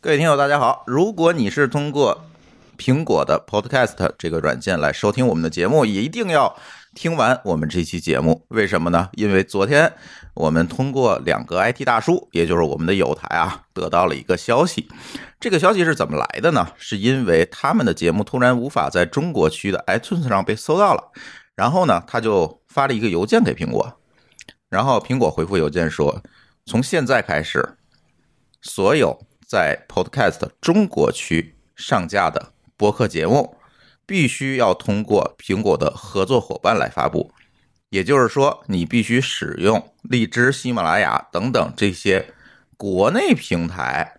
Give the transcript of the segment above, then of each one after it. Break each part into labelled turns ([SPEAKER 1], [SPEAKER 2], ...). [SPEAKER 1] 各位听友，大家好！如果你是通过苹果的 Podcast 这个软件来收听我们的节目，也一定要听完我们这期节目。为什么呢？因为昨天我们通过两个 IT 大叔，也就是我们的友台啊，得到了一个消息。这个消息是怎么来的呢？是因为他们的节目突然无法在中国区的 iTunes 上被搜到了，然后呢，他就发了一个邮件给苹果，然后苹果回复邮件说，从现在开始，所有在 Podcast 中国区上架的播客节目，必须要通过苹果的合作伙伴来发布。也就是说，你必须使用荔枝、喜马拉雅等等这些国内平台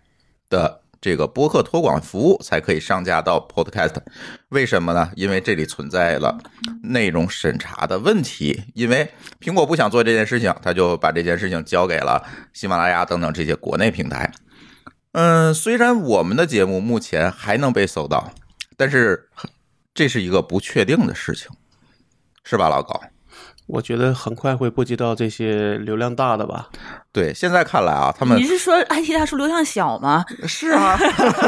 [SPEAKER 1] 的这个播客托管服务，才可以上架到 Podcast。为什么呢？因为这里存在了内容审查的问题。因为苹果不想做这件事情，他就把这件事情交给了喜马拉雅等等这些国内平台。嗯，虽然我们的节目目前还能被搜到，但是这是一个不确定的事情，是吧，老高？
[SPEAKER 2] 我觉得很快会波及到这些流量大的吧。
[SPEAKER 1] 对，现在看来啊，他们
[SPEAKER 3] 你是说 IT 大叔流量小吗？
[SPEAKER 1] 是啊，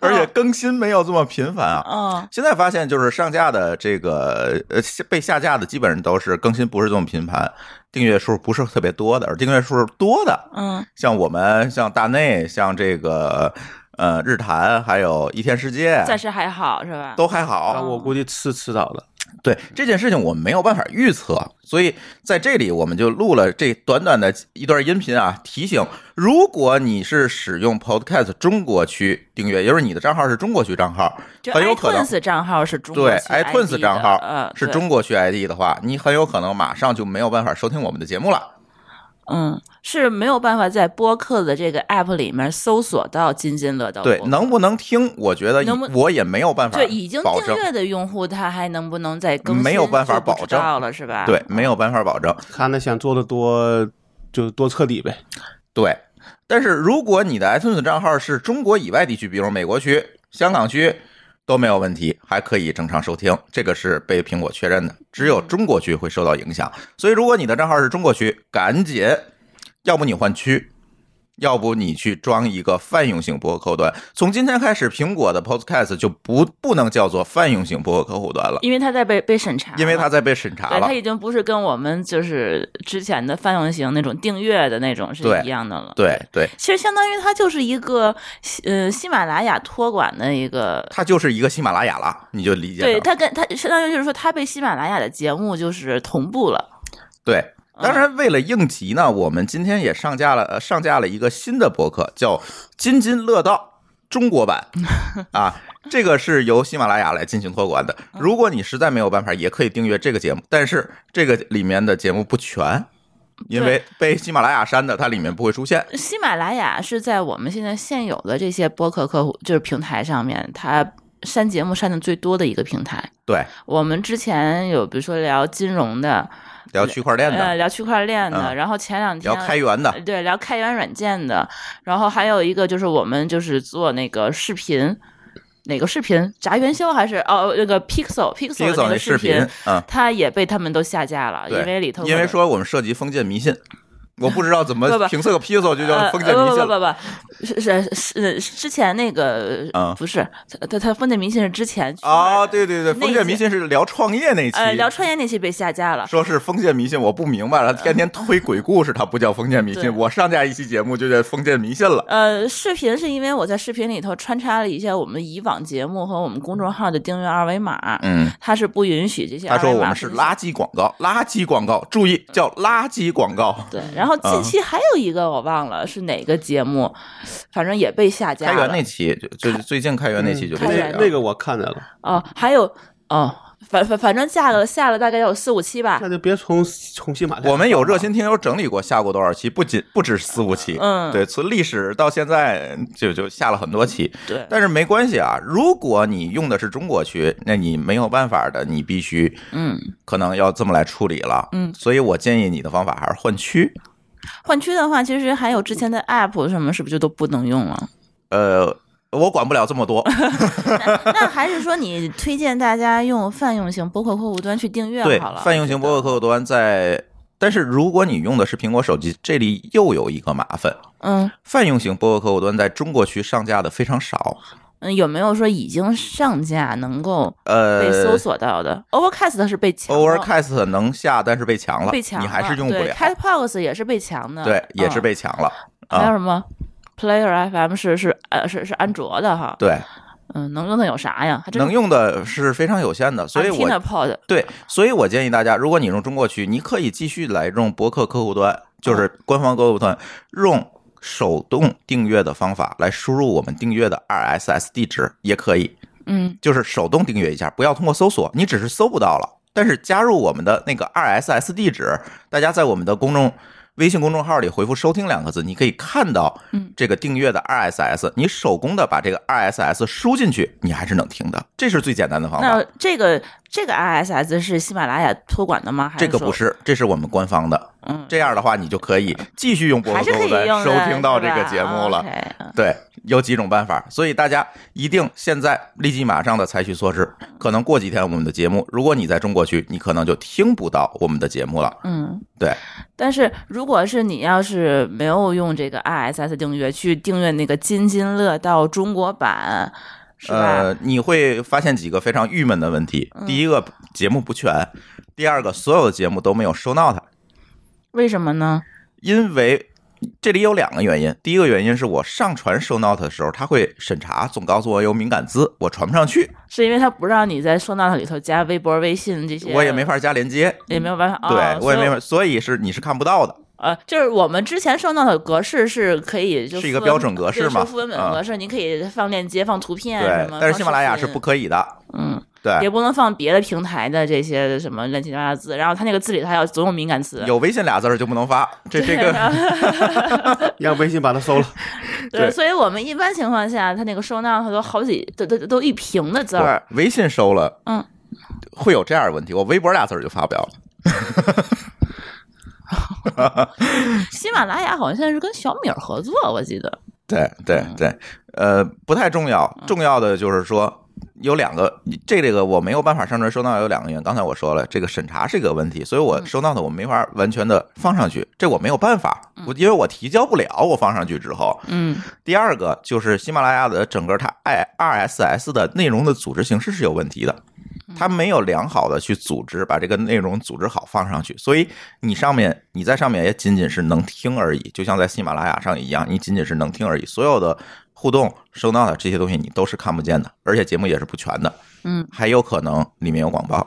[SPEAKER 1] 而且更新没有这么频繁啊。
[SPEAKER 3] 嗯，
[SPEAKER 1] 现在发现就是上架的这个呃下被下架的基本上都是更新不是这么频繁，订阅数不是特别多的，而订阅数多的，
[SPEAKER 3] 嗯，
[SPEAKER 1] 像我们像大内像这个呃日坛还有一天世界
[SPEAKER 3] 暂时还好是吧？
[SPEAKER 1] 都还好，
[SPEAKER 2] 但我估计是迟早的。
[SPEAKER 1] 对这件事情，我们没有办法预测，所以在这里我们就录了这短短的一段音频啊，提醒：如果你是使用 Podcast 中国区订阅，也就是你的账号是中国区账号，
[SPEAKER 3] 就
[SPEAKER 1] 很有可能
[SPEAKER 3] iTunes 账号是中国
[SPEAKER 1] 对
[SPEAKER 3] 区 ID 的
[SPEAKER 1] iTunes 账号
[SPEAKER 3] 嗯，
[SPEAKER 1] 是
[SPEAKER 3] 对
[SPEAKER 1] 中国区 ID 的话，你很有可能马上就没有办法收听我们的节目了。
[SPEAKER 3] 嗯是没有办法在播客的这个 app 里面搜索到津津乐道播
[SPEAKER 1] 对
[SPEAKER 3] 客。，
[SPEAKER 1] 能不能听？我觉得
[SPEAKER 3] 啊能不
[SPEAKER 1] 我也没有办法
[SPEAKER 3] 就已经
[SPEAKER 1] 保证
[SPEAKER 3] 订，阅的用户，他还能不能再更新？
[SPEAKER 1] 没有办法
[SPEAKER 3] 就不知
[SPEAKER 1] 保证
[SPEAKER 3] 道了是吧？
[SPEAKER 1] 对，没有办法保证。
[SPEAKER 2] 看他想做的多，就多彻底呗。
[SPEAKER 1] 对，但是如果你的 iTunes 账号是中国以外地区，比如美国区、香港区都没有问题，还可以正常收听，这个是被苹果确认的。只有
[SPEAKER 3] 嗯
[SPEAKER 1] 中国区会受到影响，所以如果你的账号是中国区，赶紧，要不你换区。要不你去装一个泛用型播客客户端，从今天开始，苹果的 Podcast 就不不能叫做泛用型播客客户端了，
[SPEAKER 3] 因为他在被被审查了，
[SPEAKER 1] 因为它在被审查
[SPEAKER 3] 对，
[SPEAKER 1] 了
[SPEAKER 3] 它。已经不是跟我们就是之前的泛用型那种订阅的那种是
[SPEAKER 1] 对
[SPEAKER 3] 一样的了。
[SPEAKER 1] 对对，
[SPEAKER 3] 其实相当于它就是一个呃喜马拉雅托管的一个，
[SPEAKER 1] 它就是一个喜马拉雅了，你就理解
[SPEAKER 3] 对
[SPEAKER 1] 成
[SPEAKER 3] 它跟它相当于就是说它被喜马拉雅的节目就是同步了。
[SPEAKER 1] 对，
[SPEAKER 3] 嗯
[SPEAKER 1] 当然，为了应急呢，我们今天也上架了呃上架了一个新的博客，叫《津津乐道》中国 版啊。这个是由喜马拉雅来进行托管的。
[SPEAKER 3] 嗯
[SPEAKER 1] 如果你实在没有办法，也可以订阅这个节目，但是这个里面的节目不全，因为被喜马拉雅删的，它里面不会出现。
[SPEAKER 3] 喜马拉雅是在我们现在现有的这些播客客户就是平台上面，它删节目删的最多的一个平台。
[SPEAKER 1] 对，
[SPEAKER 3] 我们之前有比如说聊金融的，
[SPEAKER 1] 聊区块链
[SPEAKER 3] 呃，
[SPEAKER 1] 的，
[SPEAKER 3] 聊区块链的，
[SPEAKER 1] 嗯
[SPEAKER 3] 然后前两天
[SPEAKER 1] 聊开源的，
[SPEAKER 3] 对，聊开源软件的，然后还有一个就是我们就是做那个视频，哪个视频？炸元宵还是哦那个 Pixel Pixel
[SPEAKER 1] 接
[SPEAKER 3] 的
[SPEAKER 1] 走
[SPEAKER 3] 那
[SPEAKER 1] 那
[SPEAKER 3] 个
[SPEAKER 1] 视
[SPEAKER 3] 频
[SPEAKER 1] 频，，嗯，
[SPEAKER 3] 它也被他们都下架了，因
[SPEAKER 1] 对，
[SPEAKER 3] 为里头
[SPEAKER 1] 因
[SPEAKER 3] 可
[SPEAKER 1] 为
[SPEAKER 3] 能
[SPEAKER 1] 说我们涉及封建迷信，我不知道怎么
[SPEAKER 3] 不不
[SPEAKER 1] 评测个 p i 就叫
[SPEAKER 3] 呃
[SPEAKER 1] 封建迷信
[SPEAKER 3] 不
[SPEAKER 1] 了。
[SPEAKER 3] 不不不，是是是是之前那个
[SPEAKER 1] 嗯
[SPEAKER 3] 不是他他他封建迷信是之前去
[SPEAKER 1] 啊，对对对，
[SPEAKER 3] 那
[SPEAKER 1] 封
[SPEAKER 3] 一
[SPEAKER 1] 建
[SPEAKER 3] 期
[SPEAKER 1] 迷信是聊创业那期，
[SPEAKER 3] 呃聊创业那期被下架了。
[SPEAKER 1] 说是封建迷信，我不明白了。天天推鬼故事，他不叫封建迷
[SPEAKER 3] 对
[SPEAKER 1] 信。我上架一期节目就叫封建迷信了。
[SPEAKER 3] 呃，视频是因为我在视频里头穿插了一些我们以往节目和我们公众号的订阅二维码，
[SPEAKER 1] 嗯，
[SPEAKER 3] 它是不允许这些。
[SPEAKER 1] 他说我们是垃。圾广告，垃圾广告，注意叫垃圾广告。
[SPEAKER 3] 嗯对，然后近
[SPEAKER 1] 嗯
[SPEAKER 3] 期还有一个我忘了是哪个节目，反正也被下架
[SPEAKER 1] 开
[SPEAKER 3] 了。嗯
[SPEAKER 1] 源那期就就是最近开源那期就被
[SPEAKER 3] 开
[SPEAKER 1] 这
[SPEAKER 3] 源
[SPEAKER 1] 样。
[SPEAKER 2] 嗯那个我看见了，
[SPEAKER 3] 哦，还有哦，反反反正下了下了大概有四五期吧
[SPEAKER 2] 那。就别从从喜马拉雅。
[SPEAKER 1] 我们有热心听友整理过下过多少期，不仅不止四五期，
[SPEAKER 3] 嗯
[SPEAKER 1] 对，从历史到现在就就下了很多期。
[SPEAKER 3] 对，
[SPEAKER 1] 但是没关系啊，如果你用的是中国区，那你没有办法的，你必须
[SPEAKER 3] 嗯，
[SPEAKER 1] 可能要这么来处理了。
[SPEAKER 3] 嗯
[SPEAKER 1] 所以我建议你的方法还是换区。
[SPEAKER 3] 换区的话，其实还有之前的 app 什么，是不是就都不能用了？
[SPEAKER 1] 呃，我管不了这么多。
[SPEAKER 3] 那还是说你推荐大家用泛用型播客客户端去订阅
[SPEAKER 1] 对
[SPEAKER 3] 好，了？
[SPEAKER 1] 泛用型播客客户端在但是如果你用的是苹果手机，这里又有一个麻烦，
[SPEAKER 3] 嗯
[SPEAKER 1] 泛用型播客客户端在中国区上架的非常少。
[SPEAKER 3] 嗯，有没有说已经上架能够被搜
[SPEAKER 1] 呃
[SPEAKER 3] 索到的、o v e r c a s t 是被抢了
[SPEAKER 1] ，Overcast 能下，但是被强了，
[SPEAKER 3] 被抢了，
[SPEAKER 1] 你还是用不
[SPEAKER 3] 对
[SPEAKER 1] 了。
[SPEAKER 3] Catbox 也是被抢的，
[SPEAKER 1] 对，也是
[SPEAKER 3] 嗯
[SPEAKER 1] 被抢了。
[SPEAKER 3] 还有
[SPEAKER 1] 啊，
[SPEAKER 3] 什么 Player FM 是是呃是是安卓的哈？
[SPEAKER 1] 对，
[SPEAKER 3] 嗯，能用的有啥呀？还真
[SPEAKER 1] 能用的是非常有限的，所以
[SPEAKER 3] t i n a
[SPEAKER 1] 我
[SPEAKER 3] Pod
[SPEAKER 1] 对，所以我建议大家，如果你用中国区，你可以继续来用博客客户端，就是
[SPEAKER 3] 嗯
[SPEAKER 1] 官方客户端，用手动订阅的方法来输入我们订阅的 RSS 地址也可以。
[SPEAKER 3] 嗯
[SPEAKER 1] 就是手动订阅一下，不要通过搜索，你只是搜不到了。但是加入我们的那个 RSS 地址，大家在我们的公众微信公众号里回复“收听”两个字，你可以看到
[SPEAKER 3] 嗯
[SPEAKER 1] 这个订阅的 RSS。你手工的把这个 RSS 输进去，你还是能听的，这是最简单的方
[SPEAKER 3] 那
[SPEAKER 1] 法。
[SPEAKER 3] 这个这个 RSS 是喜马拉雅托管的吗？还是
[SPEAKER 1] 这个不
[SPEAKER 3] 说，
[SPEAKER 1] 是，这是我们官方的。
[SPEAKER 3] 嗯，
[SPEAKER 1] 这样的话，你就可以继续用播客
[SPEAKER 3] 还是可
[SPEAKER 1] 客户
[SPEAKER 3] 以
[SPEAKER 1] 端
[SPEAKER 3] 用的
[SPEAKER 1] 收听到这个
[SPEAKER 3] 是吧
[SPEAKER 1] 节目了。
[SPEAKER 3] OK，嗯
[SPEAKER 1] 对，有几种办法，所以大家一定现在立即马上的采取措施。可能过几天我们的节目，如果你在中国区，你可能就听不到我们的节目了。
[SPEAKER 3] 嗯，
[SPEAKER 1] 对，
[SPEAKER 3] 但是如果是你要是没有用这个 RSS 订阅去订阅那个津津乐道中国版，是吧？嗯
[SPEAKER 1] 呃，你会发现几个非常郁闷的问题：第一个，节目不全；第二个，所有的节目都没有收 note，
[SPEAKER 3] 为什么呢？
[SPEAKER 1] 因为。这里有两个原因，第一个原因是我上传收 note 的时候，它会审查，总告诉我有敏感字，我传不上去，
[SPEAKER 3] 是因为它不让你在收纳里头加微博、微信这些，
[SPEAKER 1] 我也没，法加连接，
[SPEAKER 3] 也没有办法，
[SPEAKER 1] 对
[SPEAKER 3] 哦、
[SPEAKER 1] 我也没
[SPEAKER 3] 所以
[SPEAKER 1] 法，所以是你是看不到的。
[SPEAKER 3] 呃，就是我们之前收纳的格式是可以就是
[SPEAKER 1] 一个
[SPEAKER 3] 分
[SPEAKER 1] 标准格式
[SPEAKER 3] 对
[SPEAKER 1] 嘛
[SPEAKER 3] 是副文本
[SPEAKER 1] 嗯
[SPEAKER 3] 格式，您可以放链接、放图片什
[SPEAKER 1] 对
[SPEAKER 3] 么，，
[SPEAKER 1] 但
[SPEAKER 3] 放
[SPEAKER 1] 是喜马拉雅
[SPEAKER 3] 视
[SPEAKER 1] 是
[SPEAKER 3] 频
[SPEAKER 1] 不哎可以的。
[SPEAKER 3] 嗯，也
[SPEAKER 1] 对，
[SPEAKER 3] 不能放别的平台的这些什么乱七八糟的字，然后它那个字里头还有总有敏感词，
[SPEAKER 1] 有微信俩字儿就不能发，这这
[SPEAKER 3] 对
[SPEAKER 1] 个
[SPEAKER 3] 然后
[SPEAKER 2] 让微信把它搜了。
[SPEAKER 3] 对，
[SPEAKER 1] 对
[SPEAKER 3] 所以我们一般情况下，它那个收纳它都好几都都都一屏的字儿，
[SPEAKER 1] 我微信收了，
[SPEAKER 3] 嗯，
[SPEAKER 1] 会有这样的问题。我微博俩字儿就发不了了。
[SPEAKER 3] 喜马拉雅好像现在是跟小米儿合作，我记得，
[SPEAKER 1] 对对
[SPEAKER 3] 嗯
[SPEAKER 1] 对，呃，不太重要，重要的就是说。有两个，这这个我没有办法上传收到有两个原因，刚才我说了，这个审查是一个问题，所以
[SPEAKER 3] 嗯
[SPEAKER 1] 我收到的我没法完全的放上去，这我没有办法，我因为我提交不了，我放上去之后，
[SPEAKER 3] 嗯
[SPEAKER 1] 第二个就是喜马拉雅的整个它 i RSS 的内容的组织形式是有问题的，它没有良好的去组织，把这个内容组织好放上去，所以你上面你在上面也仅仅是能听而已，就像在喜马拉雅上一样，你仅仅是能听而已，所有的互动收到的这些东西你都是看不见的，而且节目也是不全的，
[SPEAKER 3] 嗯
[SPEAKER 1] 还有可能里面有广告，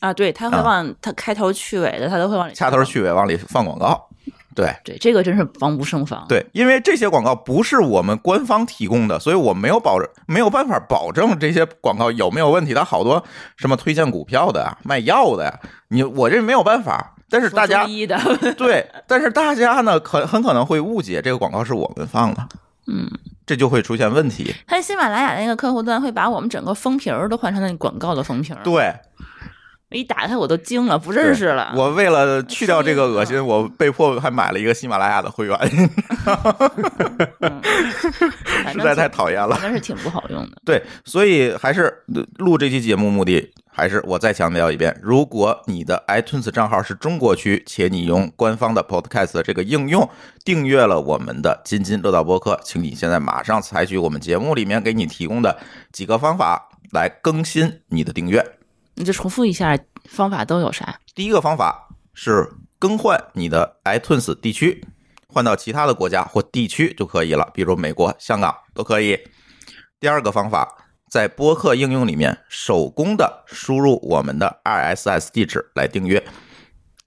[SPEAKER 3] 啊，对，它会
[SPEAKER 1] 啊
[SPEAKER 3] 往它开头去尾的，它都会往里
[SPEAKER 1] 掐头去尾往里放广告，对。
[SPEAKER 3] 对，这个真是防不胜防。，
[SPEAKER 1] 对，因为这些广告不是我们官方提供的，所以我没有保证，没有办法保证这些广告有没有问题。它好多什么推荐股票的啊、卖药的呀、你我这没有办法。但是大家
[SPEAKER 3] 一的，
[SPEAKER 1] 对，但是大家呢，可很可能会误解这个广告是我们放的，
[SPEAKER 3] 嗯，
[SPEAKER 1] 这就会出现问题。
[SPEAKER 3] 它喜马拉雅那个客户端会把我们整个封皮儿都换成那广告的封皮儿，
[SPEAKER 1] 对，
[SPEAKER 3] 我一打开我都惊了，不认识了。
[SPEAKER 1] 我为了去掉
[SPEAKER 3] 啊
[SPEAKER 1] 这个恶心，我被迫还买了一个喜马拉雅的会员，
[SPEAKER 3] 反
[SPEAKER 1] 实
[SPEAKER 3] 正
[SPEAKER 1] 在太
[SPEAKER 3] 挺
[SPEAKER 1] 讨厌了。
[SPEAKER 3] 反正是挺不好用的。
[SPEAKER 1] 对，所以还是呃录这期节目目的，还是我再强调一遍：如果你的 iTunes 账号是中国区，且你用官方的 Podcast 的这个应用订阅了我们的津津乐道播客，请你现在马上采取我们节目里面给你提供的几个方法来更新你的订阅。
[SPEAKER 3] 你就重复一下方法都有啥？
[SPEAKER 1] 第一个方法是更换你的 iTunes 地区，换到其他的国家或地区就可以了，比如美国、香港都可以。第二个方法，在播客应用里面手工的输入我们的 RSS 地址来订阅，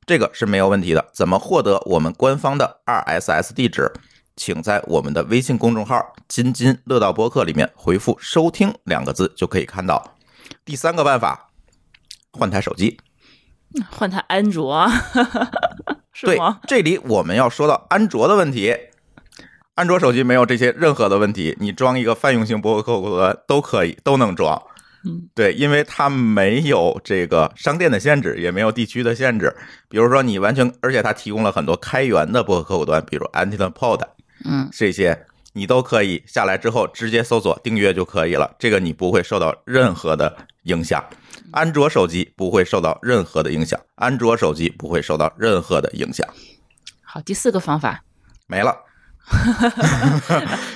[SPEAKER 1] 这个是没有问题的。怎么获得我们官方的 RSS 地址？请在我们的微信公众号“津津乐道播客”里面回复“收听”两个字就可以看到。第三个办法，换台手机。
[SPEAKER 3] 换台安卓 是
[SPEAKER 1] 对
[SPEAKER 3] 吗？，
[SPEAKER 1] 这里我们要说到安卓的问题。安卓手机没有这些任何的问题，你装一个泛用性博客客户端都可以，都能装
[SPEAKER 3] 嗯。
[SPEAKER 1] 对，因为它没有这个商店的限制，也没有地区的限制。比如说，你完全，而且它提供了很多开源的博客客户端，比如 AntennaPod
[SPEAKER 3] 嗯，
[SPEAKER 1] 这些，你都可以下来之后直接搜索订阅就可以了。这个你不会受到任何的影响。安卓手机不会受到任何的影响，安卓手机不会受到任何的影响。
[SPEAKER 3] 好，第四个方法，
[SPEAKER 1] 没了，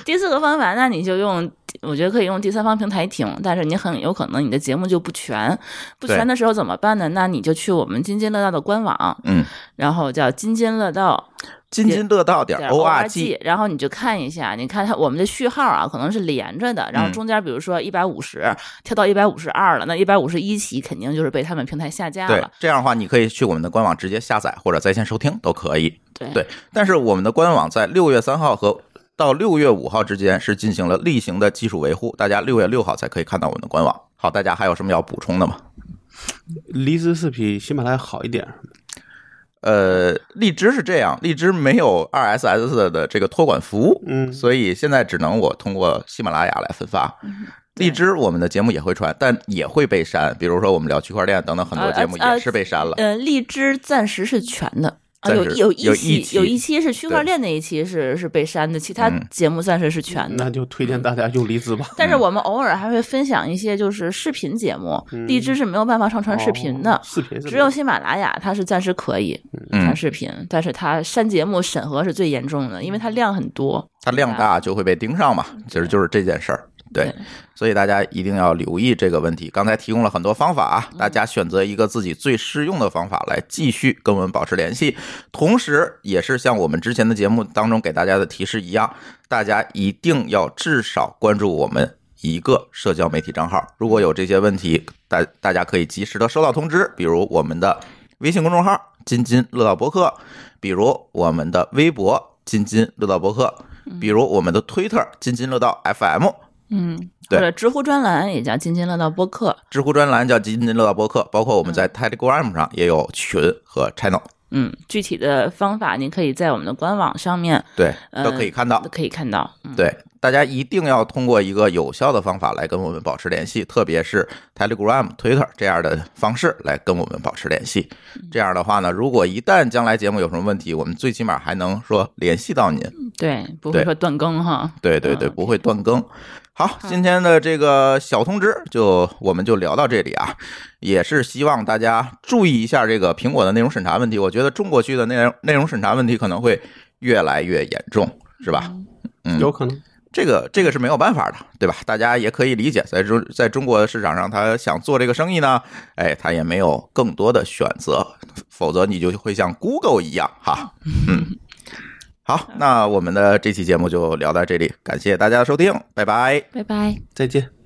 [SPEAKER 3] 第四个方法，那你就用，我觉得可以用第三方平台听，但是你很有可能你的节目就不全，不全的时候怎么办呢？那你就去我们津津乐道的官网，
[SPEAKER 1] 嗯，
[SPEAKER 3] 然后叫津津乐道
[SPEAKER 1] 津津乐道点
[SPEAKER 3] 点
[SPEAKER 1] o r
[SPEAKER 3] g，然后你就看一下，你看它我们的序号啊，可能是连着的，然后
[SPEAKER 1] 嗯
[SPEAKER 3] 中间比如说一百五十跳到一百五十二了，那一百五十一期肯定就是被他们平台下架
[SPEAKER 1] 对
[SPEAKER 3] 了，，
[SPEAKER 1] 这样的话你可以去我们的官网直接下载或者在线收听都可以。
[SPEAKER 3] 对
[SPEAKER 1] 对，但是我们的官网在六月三号和到六月五号之间是进行了例行的技术维护，大家六月六号才可以看到我们的官网。好，大家还有什么要补充的吗？
[SPEAKER 2] 荔枝是比喜马拉雅好一点儿，
[SPEAKER 1] 呃，荔枝是这样，荔枝没有 RSS 的这个托管服务，
[SPEAKER 2] 嗯
[SPEAKER 1] 所以现在只能我通过喜马拉雅来分发。荔枝我们的节目也会传，但也会被删，比如说我们聊区块链等等很多
[SPEAKER 3] 呃
[SPEAKER 1] 节目
[SPEAKER 3] 呃
[SPEAKER 1] 也是被删了。
[SPEAKER 3] 呃，荔枝暂时是全的。啊，
[SPEAKER 1] 暂
[SPEAKER 3] 有
[SPEAKER 1] 时
[SPEAKER 3] 有
[SPEAKER 1] 有一
[SPEAKER 3] 一期
[SPEAKER 1] 期
[SPEAKER 3] 有一期是区块
[SPEAKER 1] 对
[SPEAKER 3] 链那一期是是被删的，其他
[SPEAKER 1] 嗯
[SPEAKER 3] 节目暂时是全的。
[SPEAKER 2] 那就推荐大家用荔枝吧。
[SPEAKER 3] 但是我们偶尔还会分享一些就是视频节目，荔枝是没有办法上传视频的，
[SPEAKER 2] 哦视频是
[SPEAKER 3] 只有
[SPEAKER 2] 吧
[SPEAKER 3] 喜马拉雅它是暂时可以
[SPEAKER 1] 嗯
[SPEAKER 3] 传视频，但是它删节目审核是最严重的，因为它量很多。
[SPEAKER 1] 它量大就会被盯上嘛，其实就是这件事儿。对
[SPEAKER 3] 对，
[SPEAKER 1] 所以大家一定要留意这个问题。刚才提供了很多方法啊，大家选择一个自己最适用的方法来继续跟我们保持联系，同时也是像我们之前的节目当中给大家的提示一样，大家一定要至少关注我们一个社交媒体账号。如果有这些问题，大大家可以及时的收到通知，比如我们的微信公众号“津津乐道博客”，比如我们的微博“津津乐道博客”，比如我们的推特“津津乐道 FM”。
[SPEAKER 3] 嗯，或
[SPEAKER 1] 对
[SPEAKER 3] 者知乎专栏也叫津津乐道播客，
[SPEAKER 1] 知乎专栏叫“津津乐道播客”，包括我们在 Telegram 上也有群和 channel，
[SPEAKER 3] 嗯，具体的方法您可以在我们的官网上面
[SPEAKER 1] 对，
[SPEAKER 3] 嗯
[SPEAKER 1] 都可以看到
[SPEAKER 3] 都。可以看到。嗯，
[SPEAKER 1] 对，大家一定要通过一个有效的方法来跟我们保持联系，特别是 Telegram、Twitter 这样的方式来跟我们保持联系。这样的话呢，如果一旦将来节目有什么问题，我们最起码还能说联系到您。
[SPEAKER 3] 对，不会
[SPEAKER 1] 对
[SPEAKER 3] 说断更哈。
[SPEAKER 1] 对对对，
[SPEAKER 3] 嗯
[SPEAKER 1] 不会断更。好，今天的这个小通知就我们就聊到这里啊，也是希望大家注意一下这个苹果的内容审查问题。我觉得中国区的内容内容审查问题可能会越来越严重，是吧？嗯
[SPEAKER 2] 有可能
[SPEAKER 1] 这个这个是没有办法的，对吧？大家也可以理解，在中在中国市场上，他想做这个生意呢，哎，他也没有更多的选择，否则你就会像 Google 一样，哈，嗯。好，那我们的这期节目就聊到这里，感谢大家的收听，拜拜。
[SPEAKER 3] 拜拜。
[SPEAKER 2] 再见。